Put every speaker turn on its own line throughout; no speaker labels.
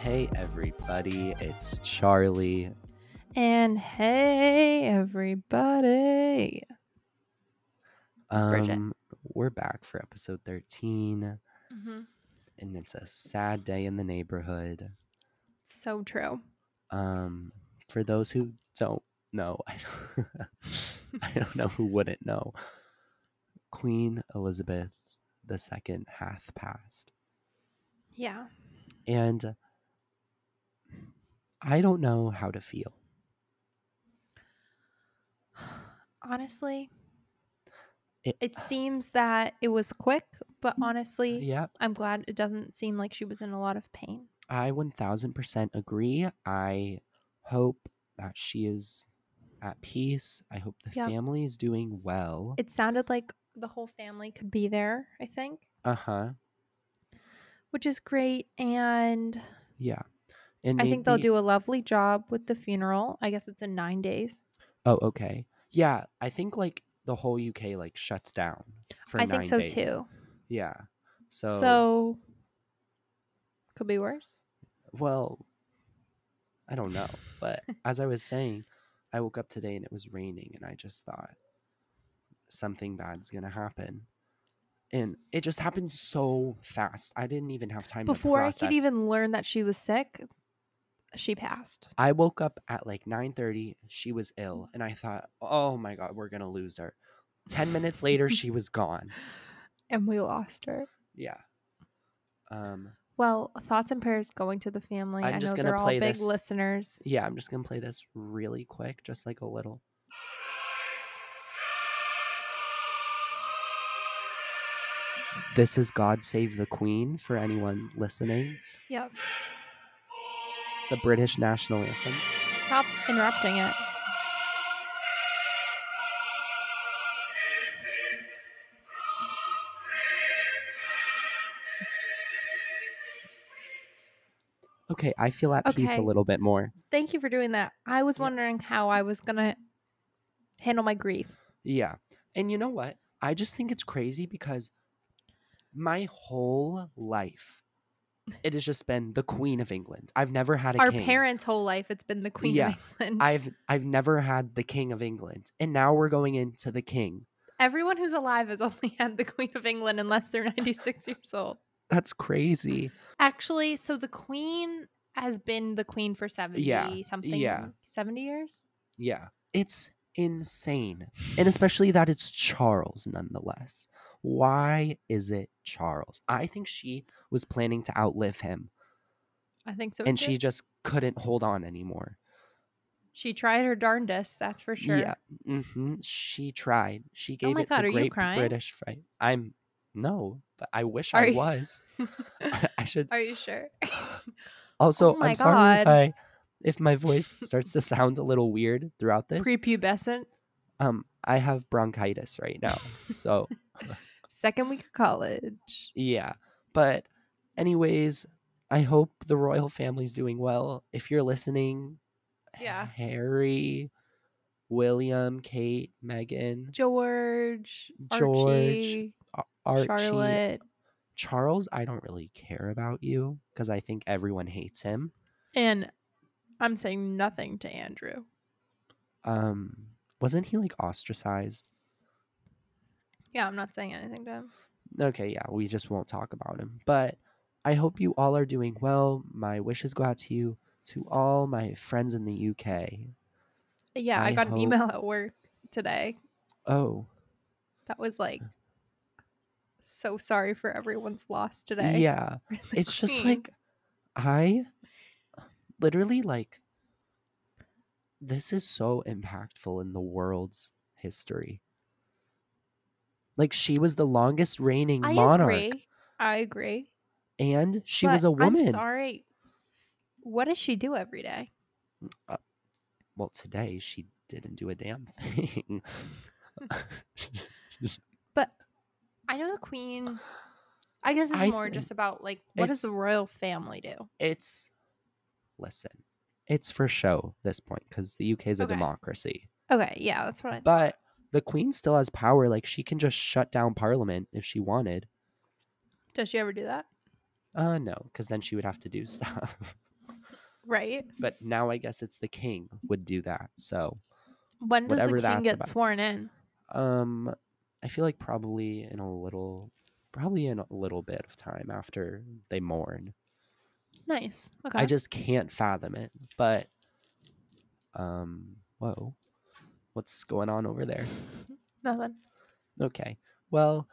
Hey, everybody, it's Charlie.
And hey, everybody. It's Bridget.
Um, we're back for episode 13,
Mm-hmm.
and it's a sad day in the neighborhood.
So true.
Um, for those who don't know, I don't, I don't know who wouldn't know, Queen Elizabeth II hath passed.
Yeah.
And I don't know how to feel.
Honestly,
It- Mm,
it seems that it was quick, but honestly,
Yeah,
I'm glad it doesn't seem like she was in a lot of pain.
I 1000% agree. I hope that she is at peace. I hope the
Yeah.
family is doing well.
It sounded like the whole family could be there, I think,
Uh huh.
which is great. And
Yeah. And
I think they'll
maybe-
do a lovely job with the funeral. I guess it's in nine days.
Oh, okay. Yeah, I think like the whole UK like shuts down for
I
nine
think so
days.
too.
Yeah. So,
so could be worse.
well, I don't know, but as I was saying, I woke up today and it was raining, and I just thought something bad's gonna happen, and it just happened so fast. I didn't even have time
before
to
I
process.
could even learn that she was sick, she passed.
I woke up at like 9:30, she was ill, and I thought, "Oh my god, we're going to lose her." 10 minutes later, she was gone.
And we lost her.
Yeah. Um
Well, thoughts and prayers going to the family.
I'm
I
just
know
gonna
they're all
play
big
this.
listeners.
yeah, I'm just going to play this really quick, just like a little. This is God Save the Queen for anyone listening.
Yep.
It's the British national anthem.
Stop interrupting it.
Okay, I feel at peace a
Okay.
little bit more.
Thank you for doing that. I was
Yeah.
wondering how I was gonna handle my grief.
Yeah. And you know what? I just think it's crazy because my whole life it has just been the queen of England. I've never had a
Our
king.
parents' whole life, it's been the Queen
Yeah.
of England.
I've I've never had the king of England. And now we're going into the king.
Everyone who's alive has only had the Queen of England unless they're 96 years old.
That's crazy.
Actually, so the Queen has been the Queen for 70 something,
yeah.
70 years.
Yeah. It's insane. And especially that it's Charles nonetheless. Why is it Charles? I think she was planning to outlive him
I think so.
and
too.
she just couldn't hold on anymore.
She tried her darndest, that's for sure. Oh
Yeah. hmm She tried. She gave
my
it
God, are
the
you
great
crying?
British fright. I'm no, but I wish
Are
I
you-
was. I should
Are you sure?
also.
my
I'm sorry if
God.
I if my voice starts to sound a little weird throughout this.
Prepubescent,
um, I have bronchitis right now, so
second week of college.
yeah. But anyways, I hope the royal family's doing well. If you're listening,
Yeah.
Harry, William, Kate, Megan,
George,
George,
Archie,
Archie,
Charlotte,
Charles, I don't really care about you because I think everyone hates him.
and I'm saying nothing to Andrew.
Um, wasn't he like ostracized?
Yeah, I'm not saying anything to him.
Okay, yeah, we just won't talk about him. But I hope you all are doing well. My wishes go out to you, to all my friends in the UK.
Yeah, I,
I
got an
hope-
email at work today
Oh,
that was like, so sorry for everyone's loss today.
yeah.
for the
It's just
queen.
like I literally like this is so impactful in the world's history. Like she was the longest reigning
I
monarch.
agree. I agree.
and she was
but
a woman.
I'm sorry. What does she do every day?
Well, today she didn't do a damn thing.
But I know the queen. I guess it's
I
more
th-
just about like what does
it's-
the royal family do?
it's listen, it's for show this point because the UK is a
Okay.
democracy,
Okay, yeah, that's what I.
but the Queen still has power. Like she can just shut down Parliament if she wanted.
does she ever do that?
Uh, no, because then she would have to do stuff.
right?
But now I guess it's the king would do that. So,
When does
Whatever
the king
that's
get
about.
sworn in?
um, I feel like probably in a little, probably in a little bit of time after they mourn.
Nice. Okay.
I just can't fathom it. But, um, whoa, what's going on over there?
Nothing.
Okay. Well,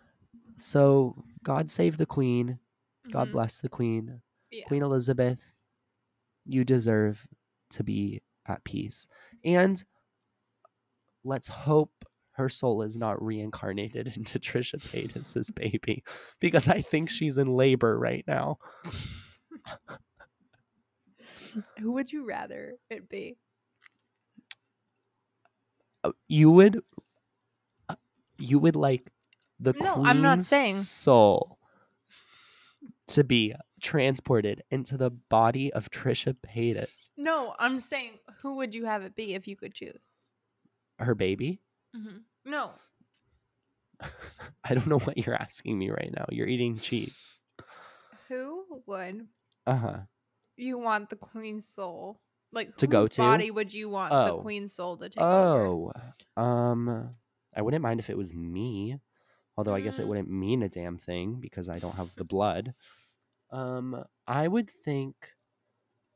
so God save the queen. God
Mhm.
bless the queen.
Yeah.
Queen Elizabeth, you deserve to be at peace. And let's hope her soul is not reincarnated into Trisha Paytas' baby because I think she's in labor right now.
Who would you rather it be?
Uh, You would, uh, you would like the
No,
queen's
I'm not saying.
soul to be transported into the body of Trisha Paytas,
No, I'm saying who would you have it be if you could choose?
her baby.
Mm-hmm. No,
I don't know what you're asking me right now. You're eating cheese.
who would
Uh huh.
you want the queen's soul? Like
To go
whose
to?
body would you want
Oh.
the queen's soul to take over?
Oh, um, I wouldn't mind if it was me, although I guess it
Mm.
wouldn't mean a damn thing because I don't have the blood. Um, I would think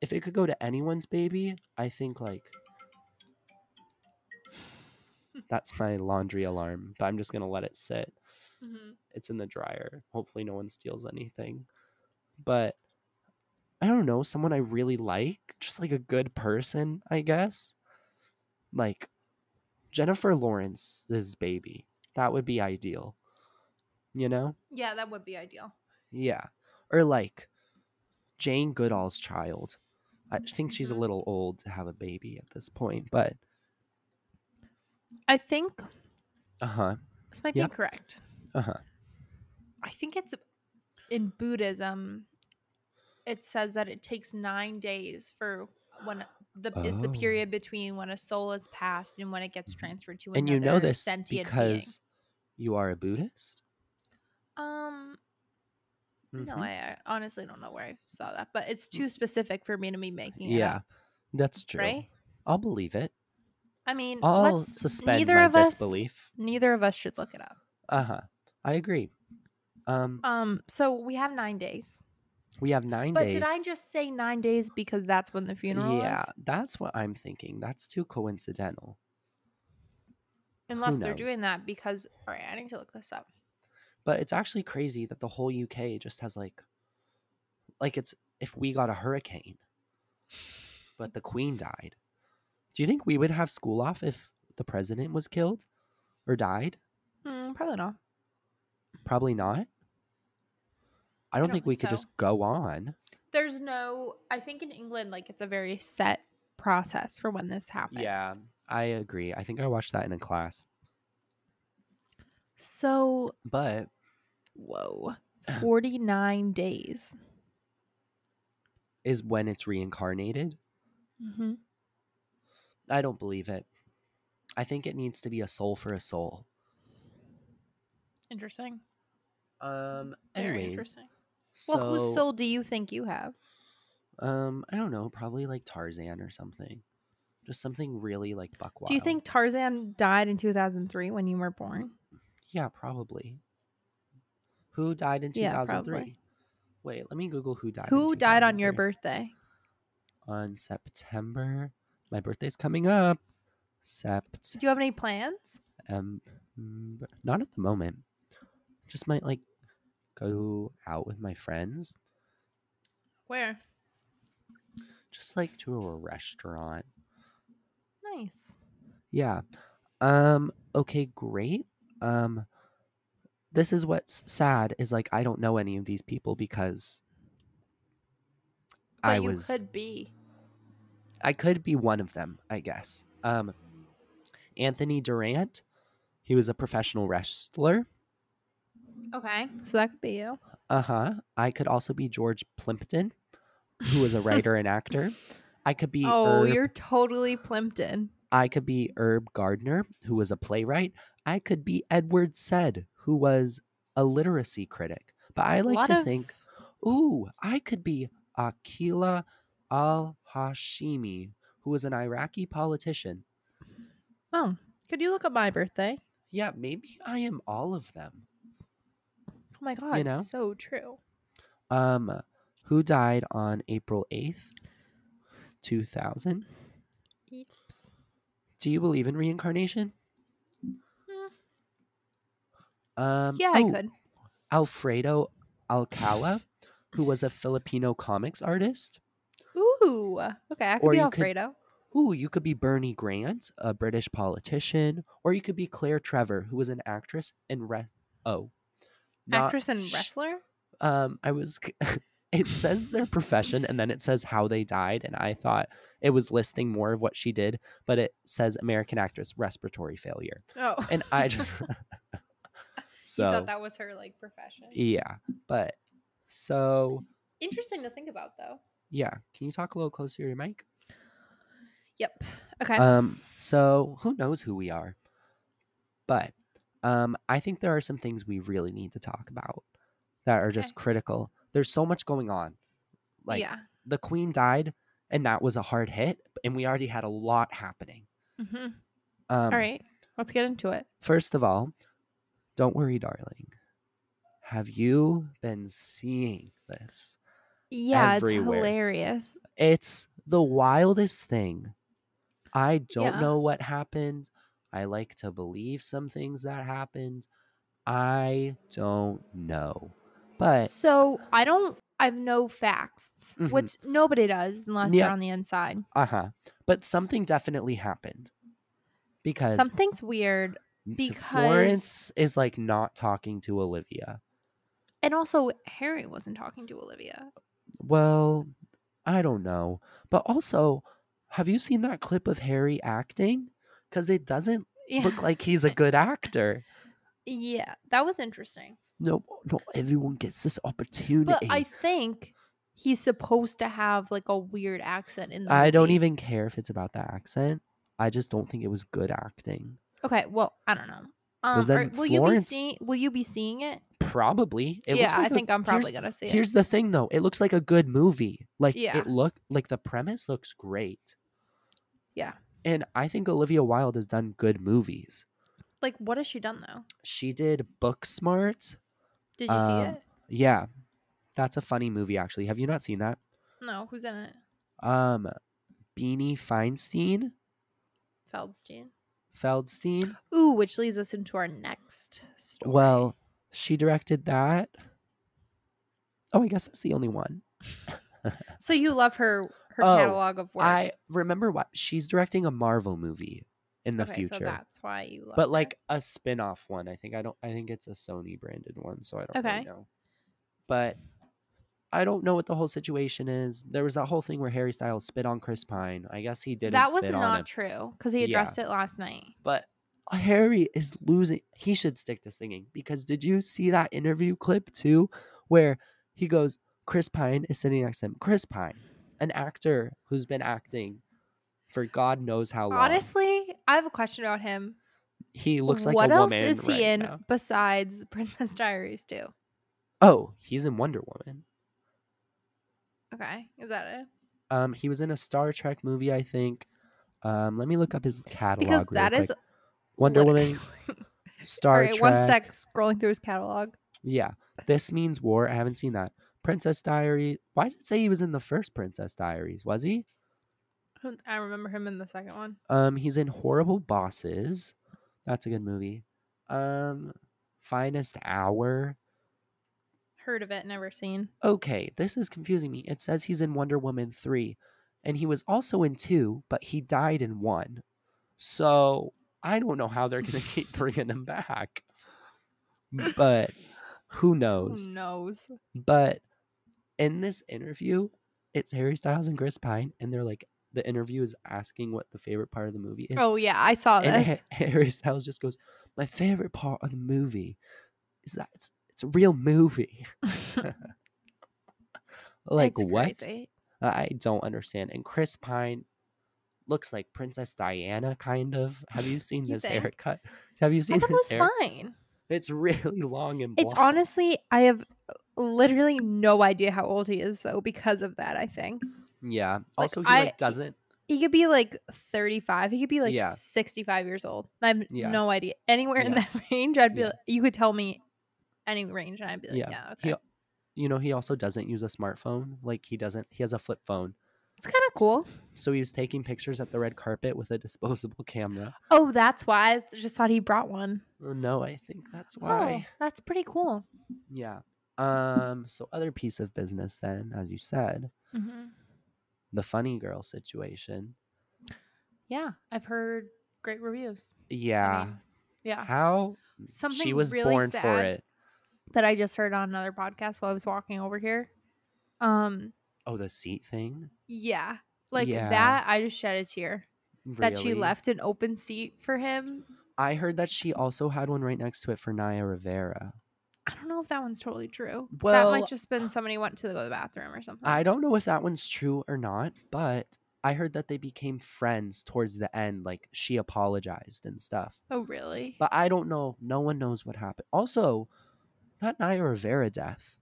if it could go to anyone's baby, I think like that's my laundry alarm, but I'm just gonna let it sit.
Mhm.
It's in the dryer. Hopefully, no one steals anything. But I don't know, someone I really like, just like a good person, I guess. Like Jennifer Lawrence's baby. That would be ideal. You know?
Yeah, that would be ideal.
Yeah. Or like Jane Goodall's child. I think she's a
Mhm.
little old to have a baby at this point, but
I think
uh huh.
this might
Yep.
be correct.
Uh huh.
I think it's in Buddhism. It says that it takes nine days for when the is the
Oh. Mm-hmm.
period between when a soul is passed and when it gets transferred to
And
another
you know this
sentient
because you are a Buddhist?
being. Um,
Mhm.
no, I, I honestly don't know where I saw that, but it's too specific for me to be making it
Mm. Yeah.
up,
That's true.
right?
I'll believe it.
I mean,
I'll
let's-
suspend
neither
my
of us-
disbelief.
Neither of us should look it up.
Uh huh. I agree. Um,
Um, so we have nine days.
we have nine
But
days.
did I just say nine days because that's when the funeral
yeah,
is?
that's what I'm thinking. That's too coincidental.
Unless they're
knows?
doing that because all right, I need to look this up.
But it's actually crazy that the whole UK just has like, like it's if we got a hurricane, but the Queen died. Do you think we would have school off if the president was killed or died?
Mm, probably not.
Probably not. I don't,
don't
think we
think
could
so.
just go on.
There's no. I think in England, like it's a very set process for when this happens.
Yeah, I agree. I think I watched that in a class.
So
But
whoa, forty nine days.
is when it's reincarnated.
Mm-hmm.
I don't believe it. I think it needs to be a soul for a soul.
Interesting.
Um.
Very
Anyways,
interesting.
so,
well, whose soul do you think you have?
Um, I don't know. Probably like Tarzan or something. Just something really like buckwild.
Do you think Tarzan died in two thousand three when you were born?
Yeah, probably. Who died in two
Yeah,
thousand
probably.
three? Wait, let me Google who died. in
Who died on your
2003.
birthday?
On September. My birthday's coming up.
Do
September.
you have any plans?
Um, mm, Not at the moment. Just might like go out with my friends.
Where?
just like to a restaurant.
Nice.
Yeah. Um okay, great. Um this is what's sad is like I don't know any of these people because
But
I
you
was
could be.
I could be one of them, I guess. Um Anthony Durant, he was a professional wrestler.
Okay, so that could be you.
Uh-huh. I could also be George Plimpton, who was a writer and actor. I could be
Oh,
Irv
you're totally Plimpton.
I could be Herb Gardner, who was a playwright. I could be Edward Said, who was a literacy critic. But I like
Lot
to
of-
think, ooh, I could be Akila al Hashimi, who was an Iraqi politician.
Oh, could you look up my birthday?
Yeah, maybe I am all of them.
Oh my god,
know?
so true.
Um, who died on April 8th, 2000?
Eeps.
Do you believe in reincarnation? Um,
Hmm. Yeah, I
oh,
could.
Alfredo Alcala, who was a Filipino comics artist.
Ooh, okay, I could
Or
be
you could-
Alfredo.
Ooh, you could be Bernie Grant, a British politician, or you could be Claire Trevor, who was an actress and re- oh, not
Actress and
sh-
wrestler.
Um, I was. c- It says their profession, and then it says how they died, and I thought it was listing more of what she did, but it says American actress respiratory failure,
Oh,
and I just
you
so e
thought that was her like profession.
yeah, but so
Interesting to think about, though.
yeah. Can you talk a little closer to your mic?
Yep. Okay.
Um, so who knows who we are? But um, I think there are some things we really need to talk about that are just
Okay.
critical. There's so much going on. Like
yeah.
the queen died, and that was a hard hit, and we already had a lot happening.
hmm
Um,
all right. Let's get into it.
First of all, don't worry, darling. Have you been seeing this?
Yeah,
everywhere.
it's hilarious.
It's the wildest thing. I don't
Yeah.
know what happened. I like to believe some things that happened. I don't know. But
So I don't. I have no facts,
Mhm.
which nobody does unless
Yeah.
you're on the inside.
uh-huh. But something definitely happened. Because
Something's weird,
m- s-
because-
Florence is like not talking to Olivia.
and also Harry wasn't talking to Olivia.
Well, I don't know. But also, have you seen that clip of Harry acting? Cuz it doesn't
Yeah.
look like he's a good actor.
yeah, that was interesting.
No, not everyone gets this opportunity.
But I think he's supposed to have like a weird accent in. The
I don't
movie.
even care if it's about the accent. I just don't think it was good acting.
Okay, well, I don't know. Um,
'Cause
are-
then
will you be
Florence-
seeing? Will you be seeing it?
Probably. It
yeah,
looks like
I
a-
think I'm probably
here's,
gonna see it.
Here's the thing though. It looks like a good movie. Like
Yeah.
it look like the premise looks great.
Yeah.
And I think Olivia Wilde has done good movies.
Like, what has she done though?
She did Book Smart.
Did you see
Um,
it?
Yeah. That's a funny movie actually. Have you not seen that?
No, who's in it?
Um Beanie Feinstein,
Feldstein.
Feldstein.
Ooh, which leads us into our next story.
Well, she directed that. Oh, I guess that's the only one.
so you love her her
Oh,
catalog of work.
I remember what she's directing a Marvel movie in the
okay, so
future.
that's why you love. her.
but like a spin-off one. I think I don't I think it's a Sony branded one, so I don't
Okay.
really know. But I don't know what the whole situation is. There was that whole thing where Harry Styles spit on Chris Pine. I guess he didn't
that was
spit on him.
not true because he
Yeah.
addressed it last night.
But Harry is losing. He should stick to singing because did you see that interview clip too, where he goes, Chris Pine is sitting next to him. Chris Pine, an actor who's been acting for God knows how long.
Honestly, I have a question about him.
he looks like
what
a
else
woman.
is he
right
in
now.
besides Princess Diaries too?
Oh, he's in Wonder Woman.
Okay, is that it?
Um, he was in a Star Trek movie, I think. Um, let me look up his catalog.
Because
real
that is
quick. Wonder
literally-
Woman, Star
Alright,
Trek.
one sec. Scrolling through his catalog.
Yeah, this means war. I haven't seen that. Princess Diary. Why does it say he was in the first Princess Diaries? Was he?
I remember him in the second one.
Um, he's in Horrible Bosses. That's a good movie. Um, Finest Hour.
Heard of it, never seen.
Okay, this is confusing me. It says he's in Wonder Woman three, and he was also in two, but he died in one. So I don't know how they're gonna keep bringing him back. But who knows?
Who knows?
But in this interview, it's Harry Styles and Chris Pine, and they're like, the interview is asking what the favorite part of the movie is.
Oh yeah, I saw
and
this.
Ha- Harry Styles just goes, "My favorite part of the movie is that it's it's a real movie." like
That's
what?
crazy.
I don't understand. And Chris Pine looks like Princess Diana, kind of. Have you seen
You
this
think?
haircut? Have you
I
seen
thought it
this
was
hair?
fine.
It's really long and
It's
blonde.
honestly, I have literally no idea how old he is though because of that. I think
Yeah. also, he
I-
like doesn't.
He could be like 35. He could be like
Yeah.
65 years old. I have
Yeah.
no idea. Anywhere in
Yeah.
that range, I'd be
Yeah.
like, you could tell me any range and I'd be like, yeah,
Yeah.
okay.
He, you know, he also doesn't use a smartphone. Like he doesn't. He has a flip phone.
it's kind of cool.
So he was taking pictures at the red carpet with a disposable camera.
Oh, that's why. I just thought he brought one.
Oh, No, I think that's why.
Oh, that's pretty cool.
Yeah. Um. So other piece of business then, as you said,
hmm
the funny girl situation.
Yeah. I've heard great reviews.
Yeah.
mean, Yeah.
How
Something
she was
really
born
sad
for it.
that I just heard on another podcast while I was walking over here. Um,
Oh, the seat thing.
yeah, like
Yeah.
that. I just shed a tear that she
Really?
left an open seat for him.
I heard that she also had one right next to it for Naya Rivera.
I don't know if that one's totally true. that
Well- uh,
might just been somebody went to go to the bathroom or something.
I don't know if that one's true or not, but I heard that they became friends towards the end. Like she apologized and stuff.
oh really?
But I don't know. No one knows what happened. Also, that Naya Rivera death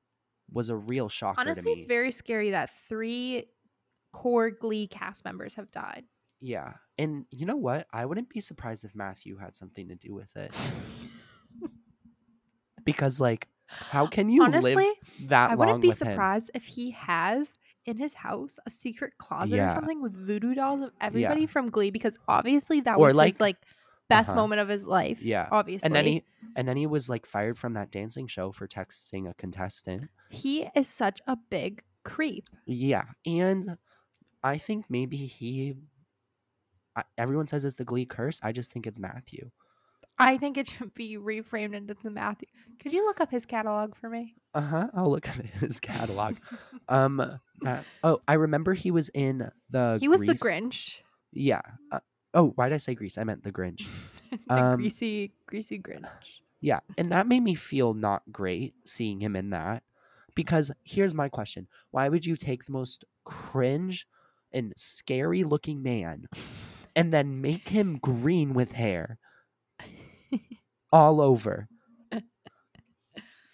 was a real shocker to me.
Honestly, it's very scary that three core Glee cast members have died.
yeah. And you know what? I wouldn't be surprised if Matthew had something to do with it. because, like, how can you
Honestly,
live that
I
long
wouldn't be
with him?
surprised if he has in his house a secret closet or
Yeah.
something with voodoo dolls of everybody from Glee because obviously that
Or
was
like-
his like best
Uh-huh.
moment of his life.
Yeah.
obviously.
And then he and then he was like fired from that dancing show for texting a contestant.
he is such a big creep.
Yeah, and I think maybe he. I, everyone says it's the Glee curse. I just think it's Matthew.
I think it should be reframed into the Matthew. Could you look up his catalog for me?
Uh huh. I'll look at his catalog. um. that- oh, I remember he was in the.
he was
Grease-
the Grinch.
Yeah. uh, oh, why did I say Grease? I meant the Grinch.
the
Um,
greasy, greasy Grinch.
Yeah, and that made me feel not great seeing him in that. Because here's my question: Why would you take the most cringe and scary looking man, and then make him green with hair? all over.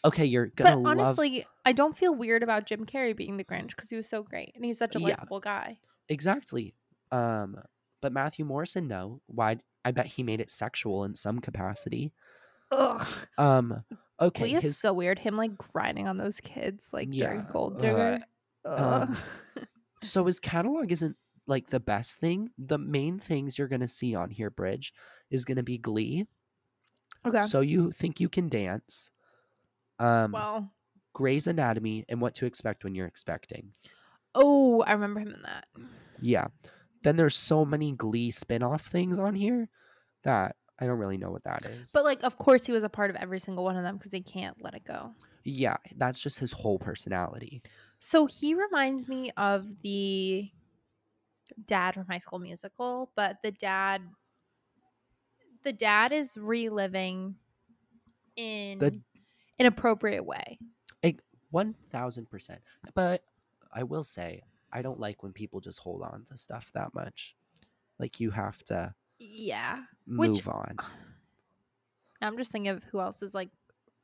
Okay, you're
But
gonna love
honestly, I don't feel weird about Jim Carrey being the Grinch because he was so great and he's such a
Yeah.
likable guy.
exactly. Um, but Matthew Morrison, no. Why? I bet he made it sexual in some capacity.
Ugh.
Um, okay,
Glee is
his
so weird. Him like grinding on those kids like during
Yeah,
Gold
uh,
Digger.
um,
Ugh.
so his catalog isn't like the best thing. The main things you're gonna see on here, Bridge, is gonna be Glee.
okay.
So you think you can dance? Um,
well,
Grey's Anatomy and What to Expect When You're Expecting.
oh, I remember him in that.
Yeah. Then there's so many Glee spin-off things on here that I don't really know what that is.
But like, of course, he was a part of every single one of them because he can't let it go.
yeah, that's just his whole personality.
So he reminds me of the dad from High School Musical, but the dad, the dad is reliving in an appropriate way.
One thousand percent. But I will say, I don't like when people just hold on to stuff that much. Like you have to
Yeah. Which-
move
uh,
on.
Now I'm just thinking of who else is like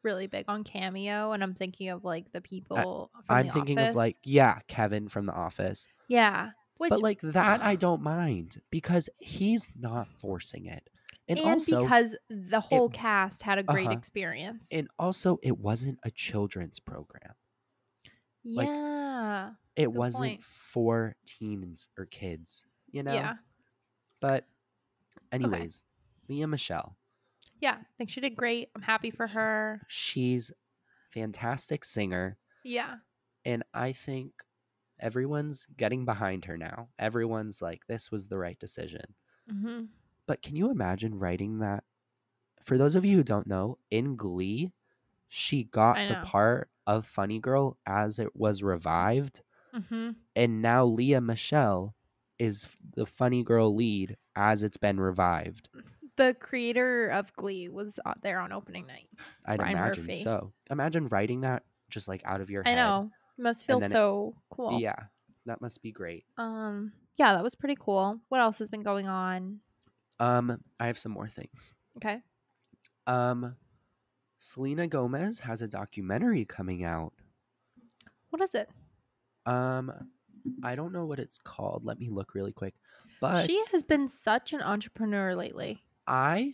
really big on Cameo, and I'm thinking of like the people. from
I'm
The
thinking
Office.
of like, yeah, Kevin from The Office.
yeah, which
but like that I don't mind because he's not forcing it. And,
and,
also
because the whole cast had a great
uh-huh.
experience.
and also it wasn't a children's program. like,
yeah,
it
Good
wasn't
point.
for teens or kids, you know?
yeah,
But, anyways, Leah Michelle,
yeah. I think she did great. I'm happy for her.
she's fantastic singer.
Yeah,
And I think everyone's getting behind her now. Everyone's like, this was the right decision.
hmm
But can you imagine writing that? For those of you who don't know, in Glee, she got
I
the
know.
part of Funny Girl as it was revived.
hmm
and now Leah Michelle is f- the funny girl lead as it's been revived.
the creator of Glee was out there on opening night.
I'd
Ryan
imagine
Murphy.
so. Imagine writing that just like out of your
I
head.
know. Must feel
then it-
so cool.
Yeah, that must be great.
Um. Yeah, that was pretty cool. What else has been going on?
Um, I have some more things.
Okay.
Um, Selena Gomez has a documentary coming out.
What is it?
Um, I don't know what it's called. Let me look really quick. But
she has been such an entrepreneur lately.
I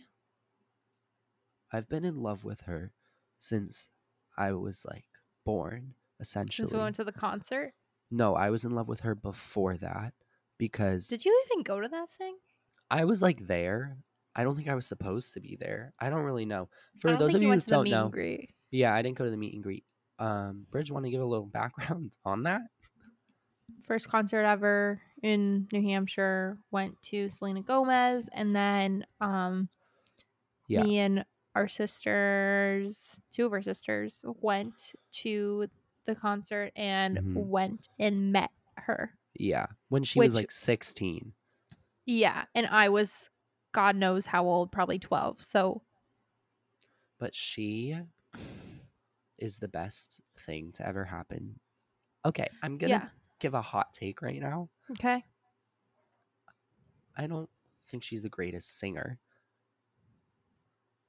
I've been in love with her since I was like born, essentially.
Since we went to the concert,
no, I was in love with her before that because
did you even go to that thing?
I was like there. I don't think I was supposed to be there. I don't really know. For
I don't
those
think
of you who
went to the
don't
meet and
know,
greet.
yeah, I didn't go to the meet and greet. Um, Bridge, want to give a little background on that?
first concert ever in New Hampshire. Went to Selena Gomez, and then um,
Yeah.
me and our sisters, two of our sisters, went to the concert and
Mhm.
went and met her.
Yeah, when she was
Which-
like sixteen.
Yeah, and I was, God knows how old, probably twelve. So
but she is the best thing to ever happen. Okay, I'm gonna
yeah,
give a hot take right now.
okay,
I don't think she's the greatest singer,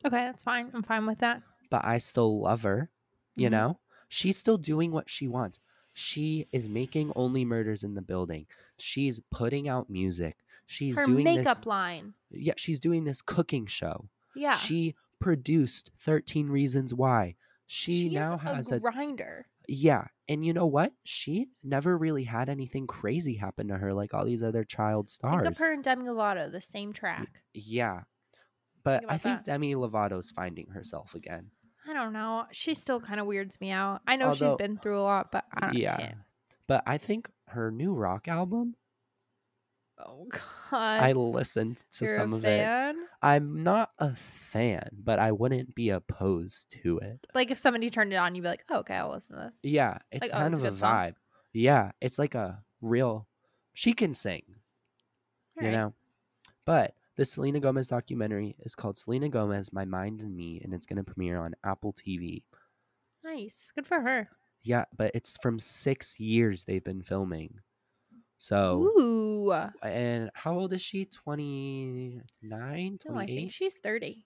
okay, that's fine. I'm fine with that.
but I still love her. You
Mhm.
know, she's still doing what she wants. She is making only murders in the building. She's putting out music. She's
her
doing
makeup
this.
line.
Yeah, she's doing this cooking show.
Yeah,
She produced 13 Reasons Why. She,
She's
now has a
grinder.
Yeah. And you know what? She never really had anything crazy happen to her like all these other child
Think of
stars.
her and Demi Lovato, the same track.
yeah. But I
about
think
that.
Demi Lovato's finding herself again.
I don't know. She still kind of weirds me out. I know
Although-
she's been through a lot, but I don't,
yeah.
can't.
But I think her new rock album,
Oh
I
God,
listened to
you're
some
a
of it.
fan.
I'm not a fan, but I wouldn't be opposed to it.
Like if somebody turned it on, you'd be like, "Oh, okay, I'll listen to this."
Yeah, it's
oh,
kind
it's a
of a,
good song.
vibe. Yeah, it's like a real she can sing,
All
you
right.
know. But the Selena Gomez documentary is called Selena Gomez: My Mind and Me, and it's going to premiere on Apple TV.
nice, good for her.
Yeah, but it's from six years they've been filming. So,
Ooh, no,
and how old is she? 29, 28?
I think she's thirty.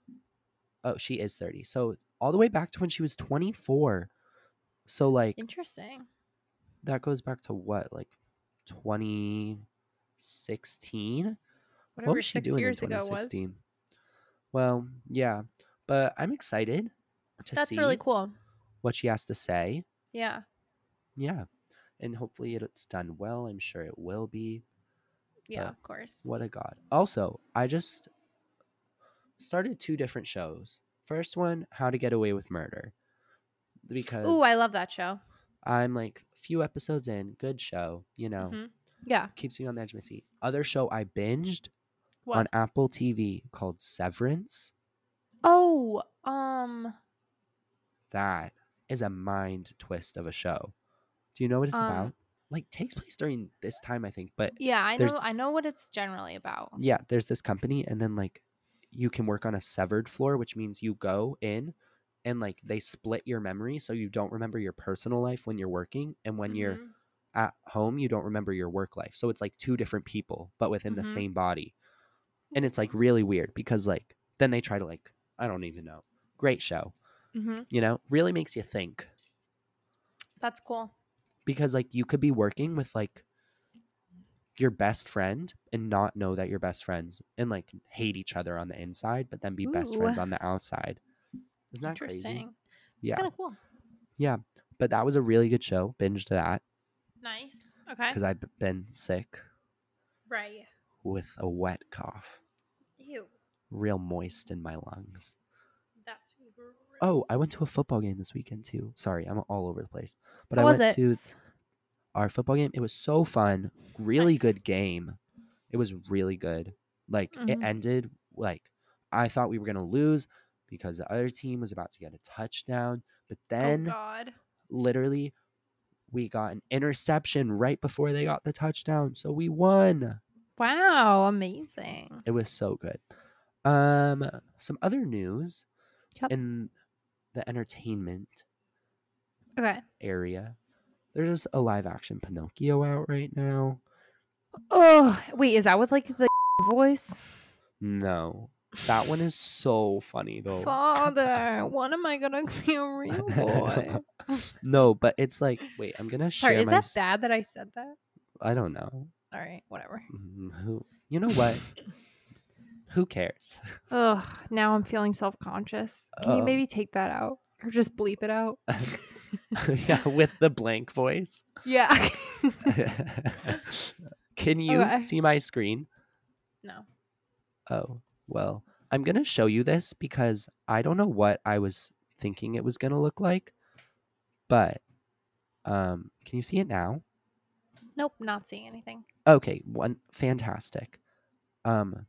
oh, she is 30. So, it's all the way back to when she was 24. So, like,
Interesting.
that goes back to what? Like 2016?
Whatever
what was she
six
doing
years
in
ago was.
2016? Well, yeah, but I'm excited to
That's
see
really cool.
what she has to say.
Yeah,
Yeah, and hopefully it- it's done well. I'm sure it will be.
yeah,
But
of course.
Oh. What a god! Also, I just started two different shows. First one, How to Get Away with Murder, because
Ooh, I love that show.
I'm like a few episodes in. Good show, you know,
Mhm. Yeah.
keeps me on the edge of my seat. Other show I binged
What?
on Apple TV called Severance.
oh, um,
that is a mind twist of a show. Do you know what it's
Um,
about? Like takes place during this time, I think. But
yeah, I
There's-
know, I know what it's generally about.
yeah, there's this company, and then like you can work on a severed floor, which means you go in and like they split your memory, so you don't remember your personal life when you're working, and when you're
Mhm.
at home, you don't remember your work life. So it's like two different people, but within the
Mhm.
same body, and it's like really weird because like then they try to like I don't even know. Great show,
Mhm.
you know, really makes you think.
that's cool.
because like you could be working with like your best friend and not know that you're best friends and like hate each other on the inside but then be best
Ooh.
friends on the outside isn't that crazy yeah
It's kind of cool.
but that was a really good show binge to that
Nice. Okay.
because i've b- been sick
Right.
with a wet cough
Ew.
real moist in my lungs
That's
oh i went to a football game this weekend too sorry i'm all over the place but i
was
went
it?
to our football game. It was so fun. Really
Nice.
good game. It was really good. Like it
Mhm.
ended like I thought we were gonna lose because the other team was about to get a touchdown. But
oh
then
God.
literally we got an interception right before they got the touchdown. So we won.
Wow. Amazing.
It was so good. Um some other news
Yep.
in the entertainment
Okay.
area. There's a live action Pinocchio out right now.
Oh wait, is that with like the voice?
No. That one is so funny though.
Father, when am I gonna be a real boy?
no, but it's like, wait, I'm gonna share
Sorry, is
my.
that
s-
bad that I said that?
I don't know.
All right, whatever.
Mm, Who? You know what? Who cares?
Ugh, now I'm feeling self conscious. Can you
Oh.
maybe take that out or just bleep it out?
yeah, with the blank voice.
Yeah.
Can you
Okay.
see my screen?
no.
Oh, well, I'm going to show you this because I don't know what I was thinking it was going to look like. But um can you see it now?
Nope, not seeing anything.
Okay, one fantastic. Um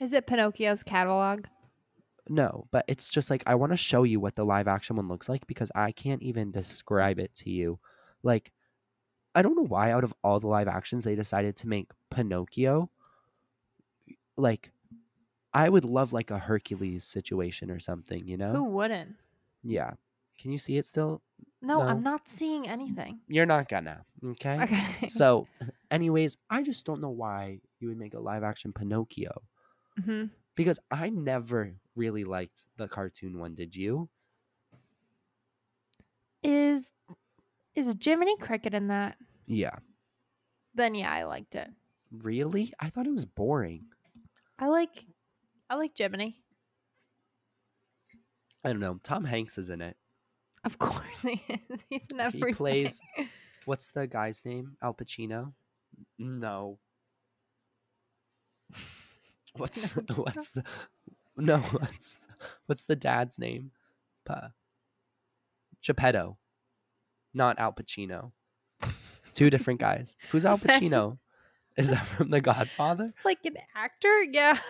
Is it Pinocchio's catalog?
no, but it's just like I want to show you what the live action one looks like because I can't even describe it to you. Like I don't know why out of all the live actions they decided to make Pinocchio like I would love like a Hercules situation or something, you know?
Who wouldn't?
Yeah. Can you see it still?
No, Mm-hmm. I'm
No.
not seeing anything.
You're not gonna. Okay.
Okay.
So, anyways, I just don't know why you would make a live action Pinocchio
hmm
because I never really liked the cartoon one. Did you?
is is Jiminy Cricket in that?
Yeah.
Then yeah, I liked it.
Really? I thought it was boring.
I like I like Jiminy.
I don't know. Tom Hanks is in it.
Of course he is. He's in
He
everything.
plays- What's the guy's name? Al Pacino? No. What's
No, Joe.
what's the, no what's what's the dad's name? Pa. Geppetto, not Al Pacino. Two different guys. Who's Al Pacino? Is that from The Godfather?
like an actor? Yeah.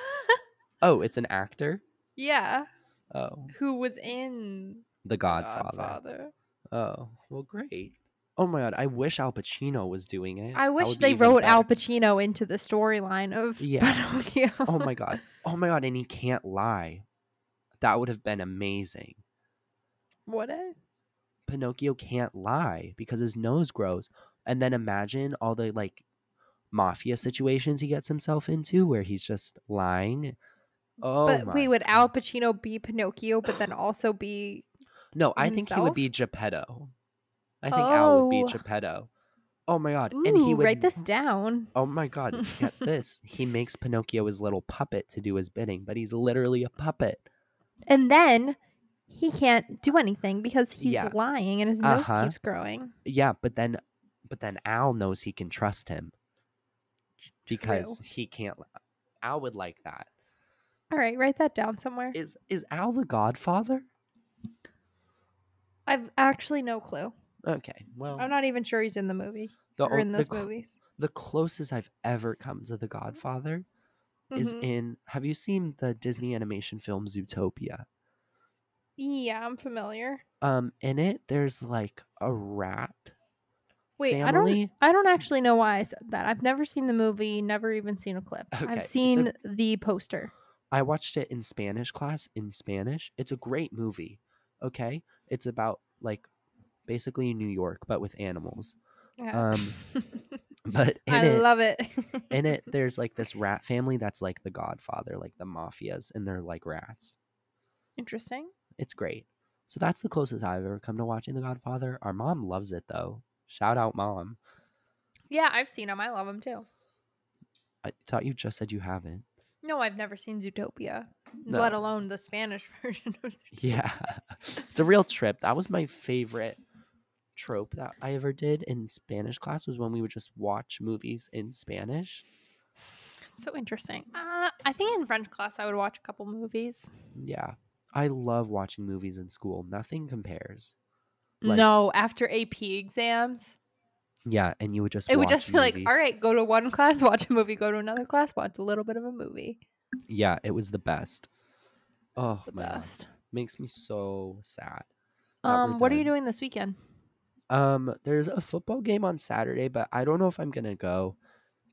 Oh, it's an actor.
yeah.
Oh,
Who was in
The
The
Godfather. Oh, well, great. Oh my God, I wish Al Pacino was doing it.
I
That
wish
would be
they
even
wrote Al
better.
Pacino into the storyline of
Yeah.
Pinocchio.
Oh my God. Oh my God, and he can't lie. That would have been amazing.
What a
Pinocchio can't lie because his nose grows. And then imagine all the like mafia situations he gets himself into where he's just lying. Oh,
but
my
wait, would
God.
Al Pacino be Pinocchio, but then also be
No, I think he would
himself?
be Geppetto. I think Al would
Oh.
be Geppetto. Oh my god!
Ooh,
and he would.
write this down.
Oh my god! Get this. He makes Pinocchio his little puppet to do his bidding, but he's literally a puppet.
And then he can't do anything because he's
Yeah.
lying and his
Uh-huh.
nose keeps growing.
Yeah, but then, but then Al knows he can trust him because
True.
he can't. li- Al would like that.
All right, write that down somewhere.
Is is Al the Godfather?
I've actually no clue.
Okay, well,
I'm not even sure he's in the movie
the
or
o-
in
the
those
cl-
movies.
the closest I've ever come to the Godfather is
Mhm.
in. Have you seen the Disney animation film Zootopia?
yeah, I'm familiar.
um in it there's like a rat
Wait,
family
I don't. I don't actually know why I said that. I've never seen the movie, never even seen a clip.
Okay,
I've
it's a-
seen the poster.
I watched it in spanish class in spanish it's a great movie okay it's about like basically new york but with animals
Yeah.
um but in
I
it
love it.
in it there's like this rat family that's like the godfather like the mafias and they're like rats
Interesting.
it's great so that's the closest i've ever come to watching the godfather our mom loves it though shout out mom
Yeah, I've seen them. I love them too.
i thought you just said you haven't
No, I've never seen Zootopia,
No.
let alone the Spanish version of Zootopia.
Yeah. It's a real trip. That was my favorite trope that I ever did in Spanish class was when we would just watch movies in Spanish.
It's so interesting. Uh, I think in French class I would watch a couple movies.
Yeah. I love watching movies in school. Nothing compares.
no, after AP exams,
Yeah, and you would just
it would
watch
just be like,
movies.
all right, go to one class, watch a movie, go to another class, watch a little bit of a movie.
Yeah, it was the best. Oh
It's the
my God.
best.
makes me so sad. that we're
Um, what are you
done.
doing this weekend?
Um, there's a football game on Saturday, but I don't know if I'm gonna go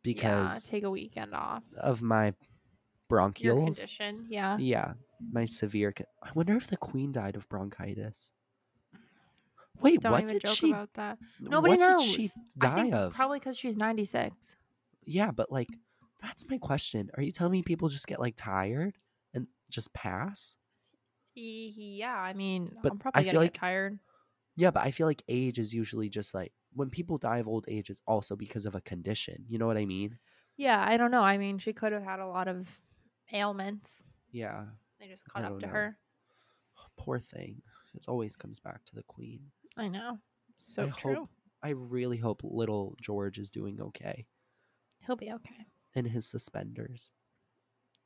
because
yeah, take a weekend off.
of my
Your
bronchioles.
condition, yeah.
Yeah, my severe. Con- I wonder if the queen died of bronchitis. Wait,
Don't
what
even
did
joke
she?
about that. Nobody
what
knows.
did she
I
die
think
of?
probably because she's ninety six.
yeah, but like, that's my question. Are you telling me people just get like tired and just pass?
E, Yeah, I mean,
But
I'm
I
probably
feel
gonna
like-
get tired.
Yeah, but I feel like age is usually just like when people die of old age, it's also because of a condition. You know what I mean?
Yeah, I don't know. I mean, she could have had a lot of ailments.
Yeah.
They just
I
caught up
don't
to
know.
her.
Poor thing. It always comes back to the queen.
I know. So
I
true.
hope I really hope little George is doing okay
He'll be okay.
in his suspenders.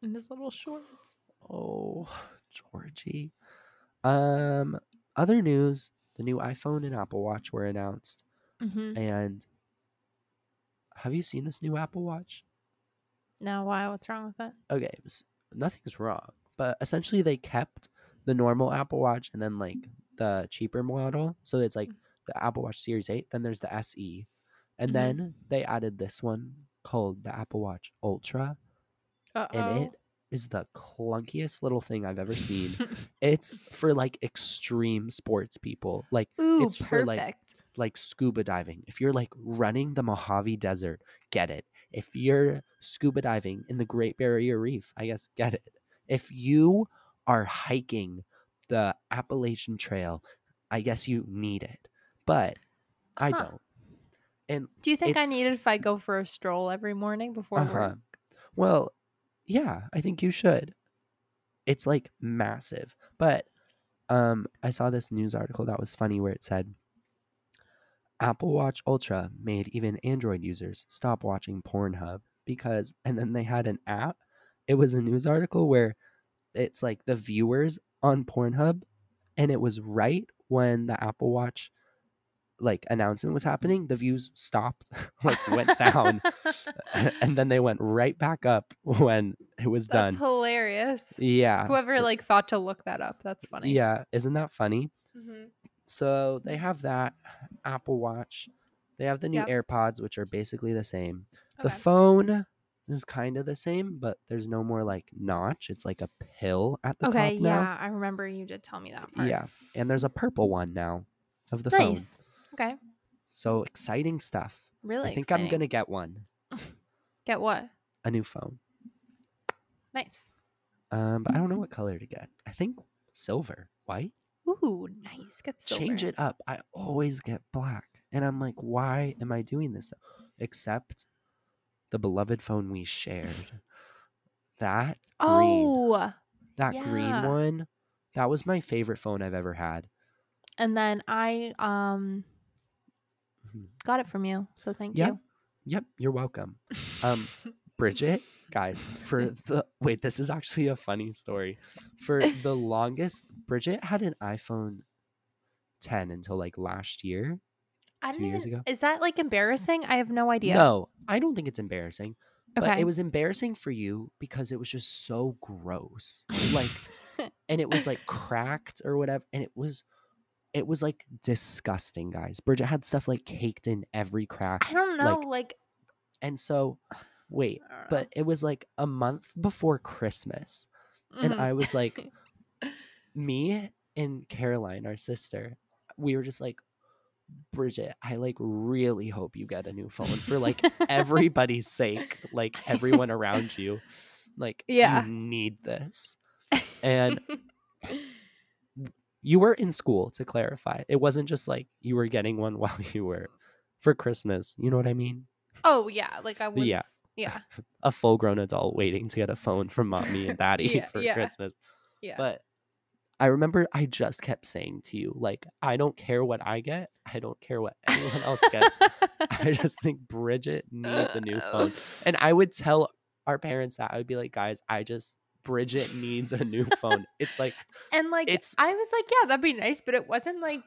In his little shorts.
Oh, Georgie. Um other news, the new iPhone and Apple Watch were announced
Mm-hmm.
and have you seen this new Apple Watch?
No, why? What's wrong with it?
Okay, s- nothing's wrong, but essentially they kept the normal Apple Watch and then like the cheaper model. So it's like the Apple Watch Series 8, then there's the SE. And
Mhm.
then they added this one called the Apple Watch Ultra.
Uh
and it is the clunkiest little thing I've ever seen. it's for like extreme sports people, like
Ooh,
it's
perfect.
for, like, like scuba diving. If you're like running the Mojave Desert, get it. If you're scuba diving in the Great Barrier Reef, I guess get it. If you are hiking the Appalachian Trail, I guess you need it. But I
Huh.
don't.
Do you think I
it's-
need it if I go for a stroll every morning before
Uh-huh.
work?
Well, yeah, I think you should. It's like massive. But um I saw this news article that was funny where it said Apple Watch Ultra made even Android users stop watching Pornhub because and then they had an app. It was a news article where it's like the viewers on Pornhub and it was right when the Apple Watch like announcement was happening, the views stopped, like went down. and then they went right back up when it was
That's
done.
hilarious.
yeah.
Whoever like thought to look that up, that's funny.
Yeah. Isn't that funny?
hmm
So they have that Apple Watch. They have the new
Yep.
AirPods, which are basically the same. The
Okay.
phone is kind of the same, but there's no more like notch. It's like a pill at the
okay.
top now.
Yeah, I remember you did tell me that part.
Yeah. And there's a purple one now of the phone.
Nice. Okay.
So exciting stuff.
Really.
I think I'm
exciting.
going to get one,
get what?
a new phone.
Nice.
Um, but I don't know what color to get. I think silver, white.
Ooh, nice. Get silver.
change it up. I always get black. And I'm like, why am I doing this? Except the beloved phone we shared. That green.
Oh,
That green
yeah.
one. That was my favorite phone I've ever had.
and then I um
Mhm.
got it from you, so thank
Yeah.
you.
Yep, you're welcome. Um, Bridget, guys, for the wait, this is actually a funny story. For the longest, Bridget had an iPhone 10 until like last year.
I
two
don't
years
even-
ago?
Is that like embarrassing? I have no idea.
No, I don't think it's embarrassing.
Okay.
But it was embarrassing for you because it was just so gross. Like and it was like cracked or whatever and it was it was like disgusting, guys. Bridget had stuff like caked in every crack.
I don't know. Like, uh,
And so wait,
I don't
but it was like a month before Christmas
know.
and
Mhm.
I was like me and Caroline, our sister, we were just like Bridget, I like really hope you get a new phone for like everybody's sake, like everyone around you. Like,
Yeah.
you need this. And you were in school, to clarify. It wasn't just like you were getting one while you were for Christmas. You know what I mean?
oh yeah, like I was.
Yeah.
Yeah. Yeah.
A full grown adult waiting to get a phone from mommy and daddy
Yeah,
for
yeah.
Christmas. But I remember I just kept saying to you, like, I don't care what I get. I don't care what anyone else gets. I just think Bridget needs a new phone. And I would tell our parents that I would be like, guys, I just Bridget needs a new phone. It's like
and like
it's-
I was like, yeah, that'd be nice, but it wasn't like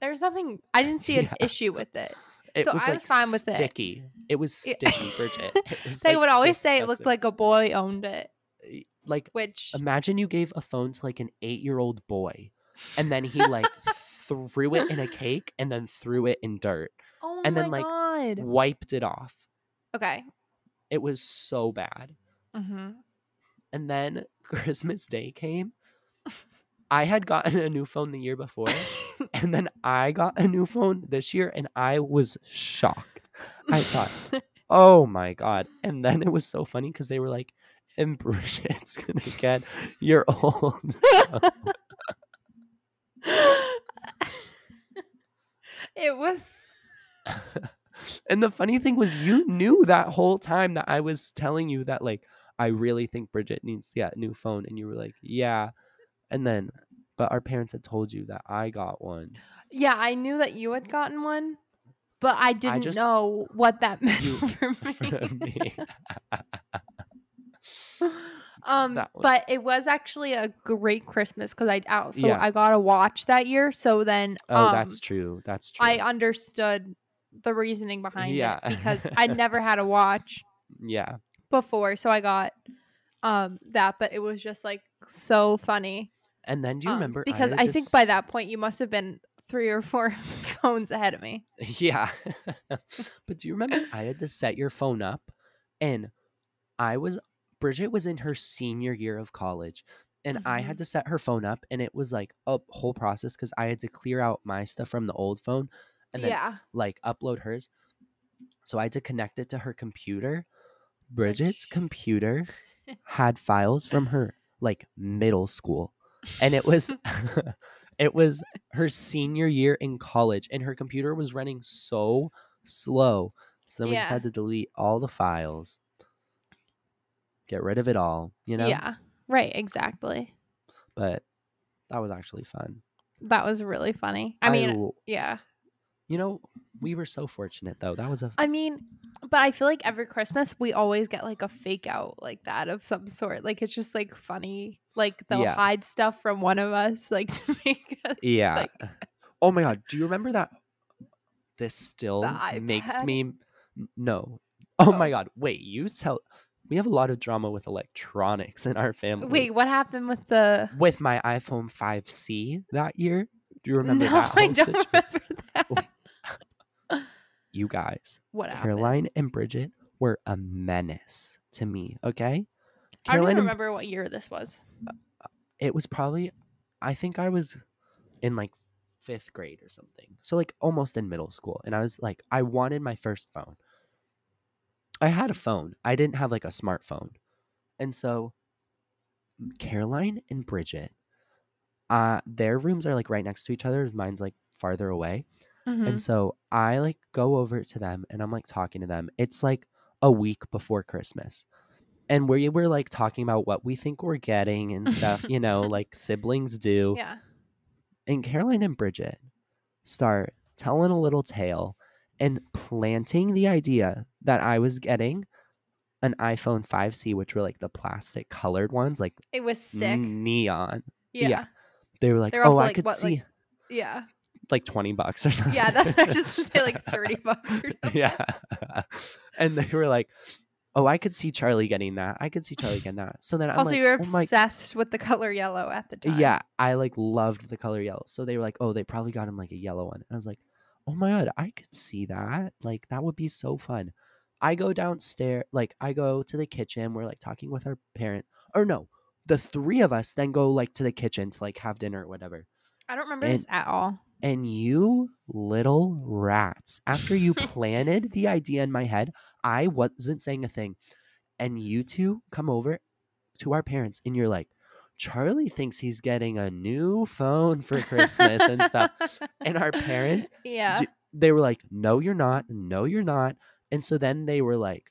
there's nothing. I didn't see an
Yeah.
issue with it.
it
So
was
I
like
was fine with it.
sticky. It, was
Yeah.
sticky, Bridget. It was
they
like,
would always say it looked
disgusting.
like a boy owned it,
Y- like
which
imagine you gave a phone to like an eight year old boy, and then he like threw it in a cake and then threw it in dirt,
oh
and
my
then, like,
god.
wiped it off.
Okay.
It was so bad.
Mm-hmm.
And then Christmas Day came. I had gotten a new phone the year before, and then I got a new phone this year, and I was shocked. I thought, oh my God. And then it was so funny because they were like, and Bridget's gonna get your old.
it was
and the funny thing was, you knew that whole time that I was telling you that, like, I really think Bridget needs to get a new phone. And you were like, yeah. And then, but our parents had told you that I got one.
Yeah, I knew that you had gotten one, but I didn't
just-
know what that meant
You-
for me.
For me.
um,
That was-
but it was actually a great Christmas because I out so
Yeah.
I got a watch that year. So then,
Oh,
um,
that's true. That's true.
I understood the reasoning behind
Yeah.
it because I never had a watch
yeah.
before, so I got um that. But it was just like so funny.
And then do you
um,
remember?
Because
had
I
a
think by
dis-
that point you must have been three or four phones ahead of me.
Yeah. but do you remember I had to set your phone up and I was Bridget was in her senior year of college and I
Mm-hmm.
had to set her phone up and it was like a whole process cuz I had to clear out my stuff from the old phone and then
yeah.
like upload hers. So I had to connect it to her computer. Bridget's computer had files from her like middle school. And it was it was her senior year in college and her computer was running so slow. So then we just
Yeah.
had to delete all the files. Get rid of it all, you know?
Yeah. Right. Exactly.
But that was actually fun.
That was really funny. I mean,
l-
yeah.
you know, we were so fortunate though. That was a
I mean, but I feel like every Christmas we always get like a fake out like that of some sort. Like it's just like funny. Like they'll
Yeah.
hide stuff from one of us, like to make us.
Yeah.
like-
oh my god, do you remember that? This still makes
iPad?
me n- no. Oh,
Oh.
my god, wait, you tell we have a lot of drama with electronics in our family.
wait, what happened with the?
with my iPhone 5C that year. Do you remember
no,
that
I
whole
don't
situation? Oh,
remember that.
You guys,
What happened?
Caroline and Bridget were a menace to me, okay?
I don't
Caroline
even
and
remember what year this was.
it was probably I think I was in like fifth grade or something. So like almost in middle school. And I was like, I wanted my first phone. I had a phone. I didn't have like a smartphone. And so Caroline and Bridget, uh, their rooms are like right next to each other. Mine's like farther away.
Mhm.
And so I like go over to them and I'm like talking to them. It's like a week before Christmas. And we were like talking about what we think we're getting and stuff, you know, like siblings do.
Yeah.
And Caroline and Bridget start telling a little tale and planting the idea that I was getting an iPhone 5C, which were like the plastic colored ones, like
It was sick.
neon.
yeah.
Mm, yeah. They were like,
They were
oh,
also,
I
like,
could
what,
see
like- Yeah.
like, 20 bucks or something.
Yeah. That's I was just gonna say like thirty bucks or something.
yeah. and they were like, "Oh, I could see Charlie getting that. I could see Charlie getting that." So then I'm
also,
like,
you were
"Oh my-
obsessed with the color yellow at the time.
yeah, I like loved the color yellow." So they were like, "Oh, they probably got him like a yellow one." And I was like, "Oh my god, I could see that. Like that would be so fun." I go downstairs, like I go to the kitchen. We're like talking with our parent, or no, the three of us then go like to the kitchen to like have dinner or whatever.
I don't remember
And-
this at all.
And you little rats, after you planted the idea in my head, I wasn't saying a thing. And you two come over to our parents and you're like, Charlie thinks he's getting a new phone for Christmas and stuff. And our parents,
Yeah.
d- they were like, no, you're not. No, you're not. And so then they were like,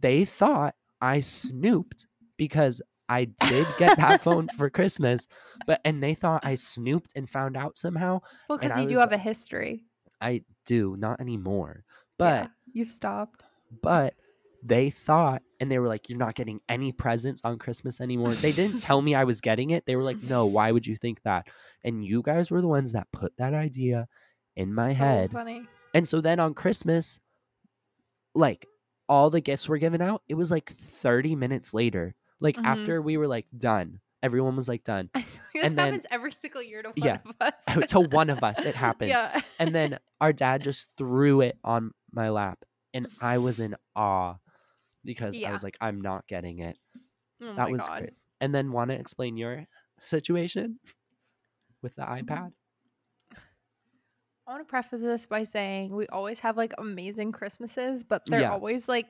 they thought I snooped because I did get that phone for Christmas. But, and they thought I snooped and found out somehow.
well,
and
because
I
you do
was
have a history.
I do not anymore.
Yeah,
But
you've stopped.
but they thought and they were like, "You're not getting any presents on Christmas anymore." They didn't tell me I was getting it. They were like, "No, why would you think that?" And you guys were the ones that put that idea in my
So
head.
Funny.
And so then on Christmas, like all the gifts were given out. It was like 30 minutes later. Like
Mhm.
after we were like done. Everyone was like done.
this
And then-
happens every single year to one
Yeah. Oh,
of us.
to one of us it happens.
Yeah.
and then our dad just threw it on my lap and i was in awe because
Yeah.
i was like i'm not getting it
Oh
that
my
was
God.
great and then want to explain your situation with the
Mm-hmm.
ipad
I want to preface this by saying we always have like amazing Christmases, but they're
Yeah.
always like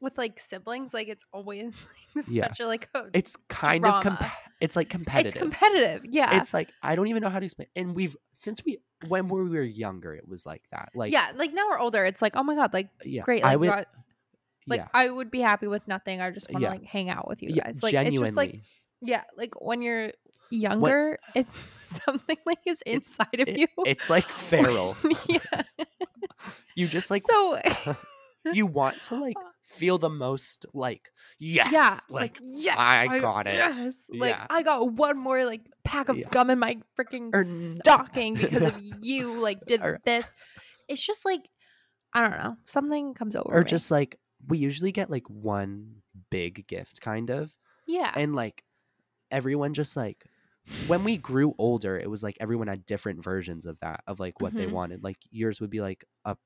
with like siblings, like it's always like,
Yeah.
such a like a,
It's kind of
Drama.
comp- it's like competitive.
it's competitive. Yeah.
It's like I don't even know how to explain. And we've since we when we were younger, it was like that. Like
yeah. Like now we're older. It's like, oh my God, like
yeah,
great. Like,
I would
you're- like
yeah,
I would be happy with nothing. I just want to
Yeah.
like hang out with you
yeah,
guys. Like
genuinely.
it's just like yeah, like when you're younger, it's something like is
It's-
inside of
it-
you.
it's like feral.
yeah.
you just like
so
you want to like feel the most like yes,
yeah,
like,
yes,
I got it.
Yes, like
Yeah.
I got one more like pack of
Yeah.
gum in my freaking
Or n-
stocking because of you. Like did
Or-
this. It's just like I don't know. Something comes over.
or
me.
just like we usually get like one big gift kind of
yeah,
and like everyone just like when we grew older it was like everyone had different versions of that of like what they
Mhm.
wanted like yours would be like a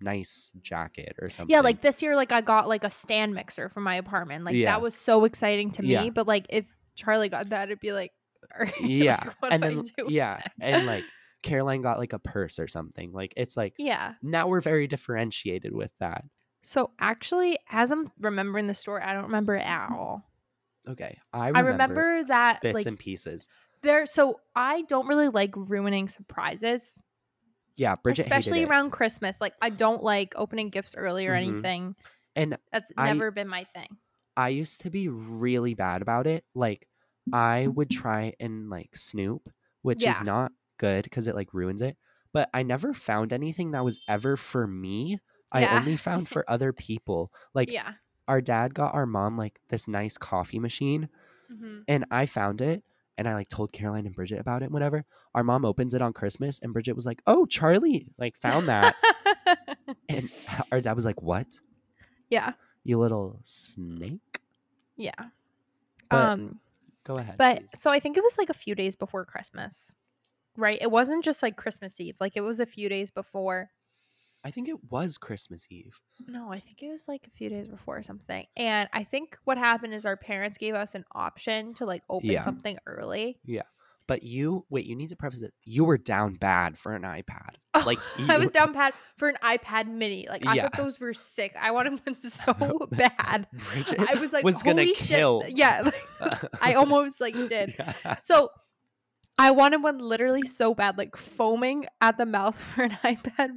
nice jacket or something
yeah. Like this year, like I got like a stand mixer for my apartment. Like
Yeah.
that was so exciting to me.
Yeah.
But like if Charlie got that, it'd be like, all right, like,
yeah
what
and
do I
then
do?
yeah and like caroline got like a purse or something like it's like
yeah.
now we're very differentiated with that
So actually, as I'm remembering the story, I don't remember it at all.
okay Mm, i
I
remember,
remember that
bits
like
and pieces
there. So I don't really like ruining surprises,
yeah bridget
especially
hated it.
around Christmas. Like I don't like opening gifts early or
Mhm.
anything.
and
That's
I-
never been my thing.
I used to be really bad about it. Like I would try and like snoop, which
Mm-hmm. Yeah.
is not good because it like ruins it. But I never found anything that was ever for me.
Yeah.
I only found for other people. Like
yeah.
our dad got our mom like this nice coffee machine
Mhm.
and I found it and I like told Caroline and Bridget about it whenever. Our mom opens it on Christmas and Bridget was like, "Oh, Charlie like found that." and our dad was like, "What?
yeah.
You little snake?"
Yeah.
But-
um.
Go ahead.
But
please.
so I think it was like a few days before Christmas, right? It wasn't just like Christmas Eve. Like it was a few days before.
I think it was Christmas Eve.
No, I think it was like a few days before or something. And I think what happened is our parents gave us an option to like open
Yeah.
something early.
But you wait, you need to preface it. You were down bad for an iPad. Like
Oh, I
you-
was down pat for an iPad mini. Like I
E Yeah.
thought those were sick. I wanted one so bad.
Bridget
I was like,
was
holy
gonna
shit.
kill.
Yeah, like, I almost like did.
Yeah.
So I wanted one literally so bad, like foaming at the mouth for an iPad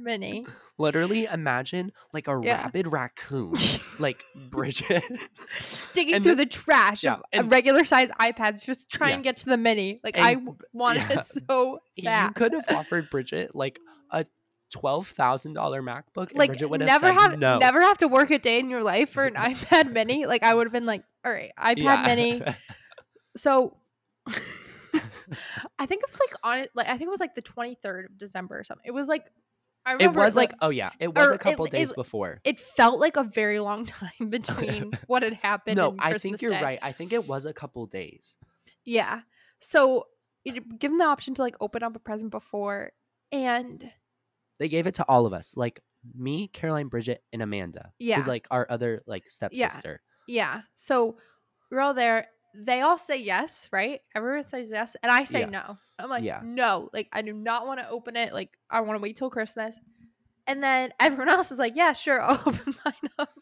mini.
Literally imagine like a
Yeah.
rabid raccoon. Like Bridget.
Digging
And
through
the-
the, trash
yeah,
of
and-
regular size iPads, just try
Yeah.
and get to the mini. Like
And-
I w- wanted
yeah.
it so
You
bad.
could have offered Bridget like a twelve thousand dollar MacBook and
like
Bridget would have
never
said
have
no.
never have to work a day in your life for an iPad mini. Like I would have been like, all right, iPad
Yeah.
mini. So I think it was like on it like I think it was like the 23rd of December or something. It was like I
it
remember
was like,
like
oh yeah, it was
or
a couple
it-
days
it-
before.
it felt like a very long time between what had happened.
No,
and
I
Christmas
think you're
Day.
right. I think it was a couple days.
Yeah. So it, given the option to like open up a present before and
They gave it to all of us, like me, Caroline, Bridget, and Amanda.
Yeah.
who's like our other like stepsister.
Yeah. So we're all there. They all say yes, right? Everyone says yes. And I say
Yeah.
no. I'm like,
Yeah.
no, like I do not want to open it. Like I want to wait till Christmas. And then everyone else is like, yeah, sure, I'll open mine up.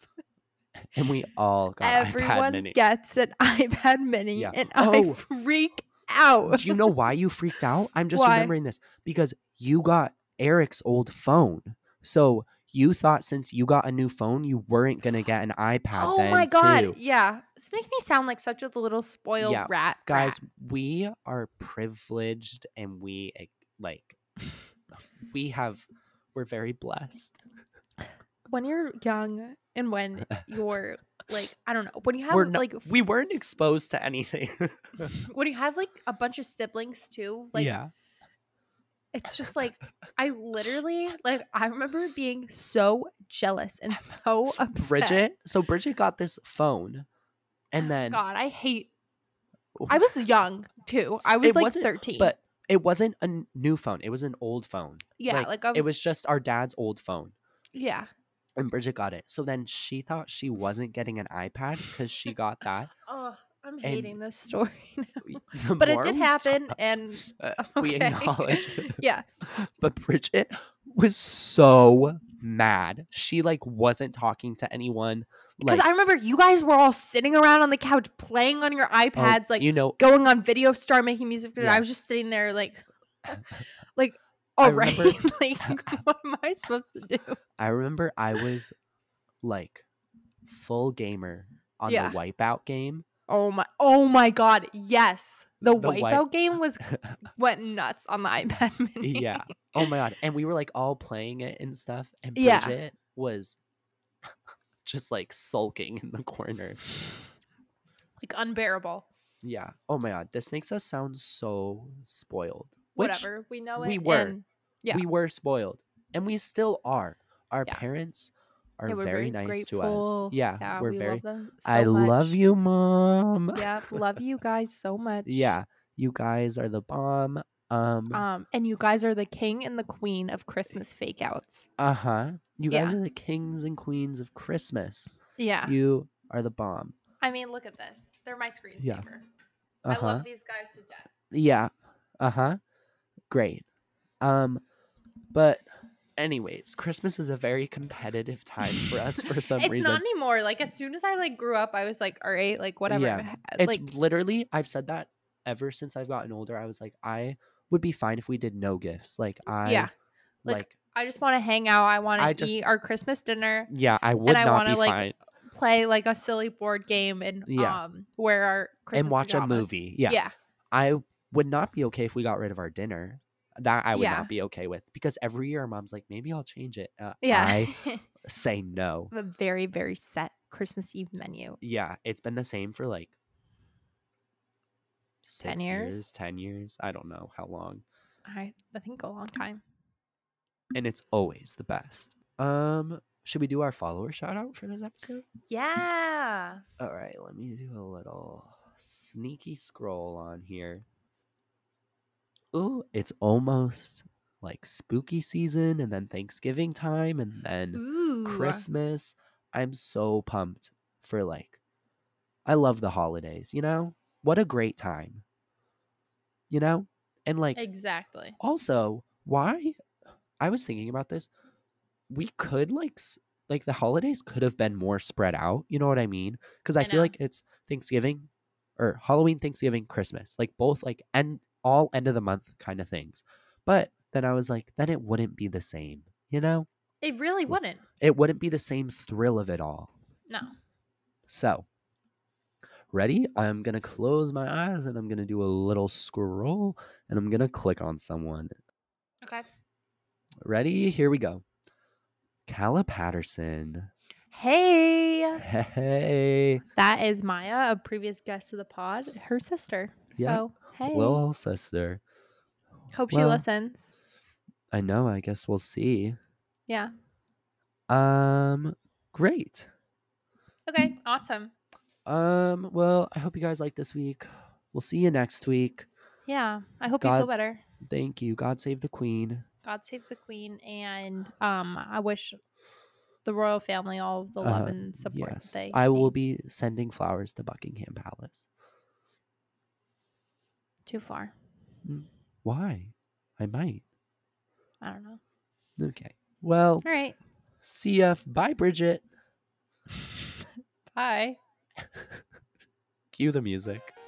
and we all got iPad
everyone
Mini.
gets an iPad mini
Yeah.
and
Oh.
I freak out.
Do you know why you freaked out? I'm just
Why?
remembering this because you got Eric's old phone. So you thought since you got a new phone, you weren't gonna get an iPad.
Oh
then
my god.
too.
Yeah. This makes me sound like such a little spoiled
Yeah.
rat.
guys, we are privileged and we eh, like we have we're very blessed.
rat. when you're young and when you're like, I don't know, when you have
We're not-
like
We weren't exposed to anything.
when you have like a bunch of siblings too, like
yeah,
it's just like I literally like I remember being so jealous and so upset.
Bridget. So Bridget got this phone, and then
God, I hate. I was young too. I was
It
like
wasn't-
thirteen,
but it wasn't a n- new phone. It was an old phone.
yeah, like,
like,
I was,
it was just our dad's old phone
yeah.
and bridget got it so then she thought she wasn't getting an ipad because she got that
Oh, I'm hating
hating
this story,
The
but it
more
did
we
happen,
talk-
and
uh,
I'm
we
okay.
acknowledge
yeah,
but bridget was so mad. She like wasn't talking to anyone.
Because
Like
I remember you guys were all sitting around on the couch playing on your
oh,
iPads, like
you know,
going on Video Star making music. videos.
Yeah.
I was just sitting there, like, like,
I
all right,
remember-
like, what am I supposed to do?
I remember I was like full gamer on
Yeah.
the Wipeout game.
Oh my, oh my God, yes, the,
The wipe-
Wipeout game was went nuts on the iPad Mini.
yeah. Oh my god. And we were like all playing it and stuff. And
Yeah.
Bridget was just like sulking in the corner.
like unbearable.
Yeah. Oh my god. This makes us sound so spoiled. Which
Whatever, we know it.
we were.
and- Yeah.
we were spoiled. And we still are. Our
Yeah.
parents are
yeah, we're
very, nice to
grateful.
us. Yeah.
yeah
we're
we
very
Love them so
I love
much.
you, mom.
Yeah, love you guys so much.
Yeah. You guys are the bomb. Um
Um, and you guys are the king and the queen of Christmas fake outs.
uh huh. You guys
yeah.
are the kings and queens of Christmas.
Yeah.
You are the bomb.
I mean, look at this. They're my screensaver.
Yeah. Uh huh.
these guys to death.
Yeah. Uh
Uh-huh.
huh. Great. Um, but anyways, Christmas is a very competitive time for us for some
it's
reason.
not anymore. Like as soon as I like grew up, I was like, all right, like whatever.
Yeah.
Ha-
it's
like
literally I've said that ever since I've gotten older. I was like, I would be fine if we did no gifts. Like I,
Yeah.
like,
Like, I just want to hang out. I want
I
to
just-
eat our Christmas dinner,
yeah, I would
I
not
wanna,
be
like,
fine
play like a silly board game, and
Yeah.
um wear our Christmas
and watch a
pajamas.
movie. Yeah. I would not be okay if we got rid of our dinner. That I would
Yeah.
not be okay with because every year our mom's like, maybe I'll change it. Uh,
yeah.
I
yeah.
say no.
a very very set Christmas Eve menu.
yeah, it's been the same for like six
years?
ten years. I don't know how long,
I I think a long time.
and it's always the best. Um, should we do our follower shout out for this episode?
Yeah.
All right, let me do a little sneaky scroll on here. Ooh, it's almost like spooky season, and then Thanksgiving time, and then
Ooh.
Christmas. I'm so pumped for like I love the holidays, you know? What a great time. You know? And like
Exactly.
also, why I was thinking about this, we could like s- like the holidays could have been more spread out, you know what I mean? Cuz I,
I
feel
know.
like it's Thanksgiving or Halloween, Thanksgiving, Christmas, like both like end all end of the month kind of things. But then I was like, then it wouldn't be the same, you know?
It really
Well,
wouldn't.
it wouldn't be the same thrill of it all.
No.
So, ready? I'm going to close my eyes and I'm going to do a little scroll and I'm going to click on someone.
Okay.
Ready? Here we go. Calla Patterson.
Hey.
Hey,
That is Maya, a previous guest of the pod, her sister.
Yeah.
So, hey.
little sister.
Hope she
well.
listens.
I know, I guess we'll see.
Yeah.
Um, great.
Okay.
Mm.
Awesome.
Um, well, I hope you guys like this week. We'll see you next week.
Yeah. I hope you feel
God-
better.
Thank you. God save the Queen.
God save the queen. And um, I wish the royal family all the love
Uh,
and support
yes.
they
I will
need.
be sending flowers to Buckingham Palace.
too far.
Why? I might.
I don't know.
Okay. Well,
All right.
see ya. Bye, Bridget.
Bye.
Cue the music.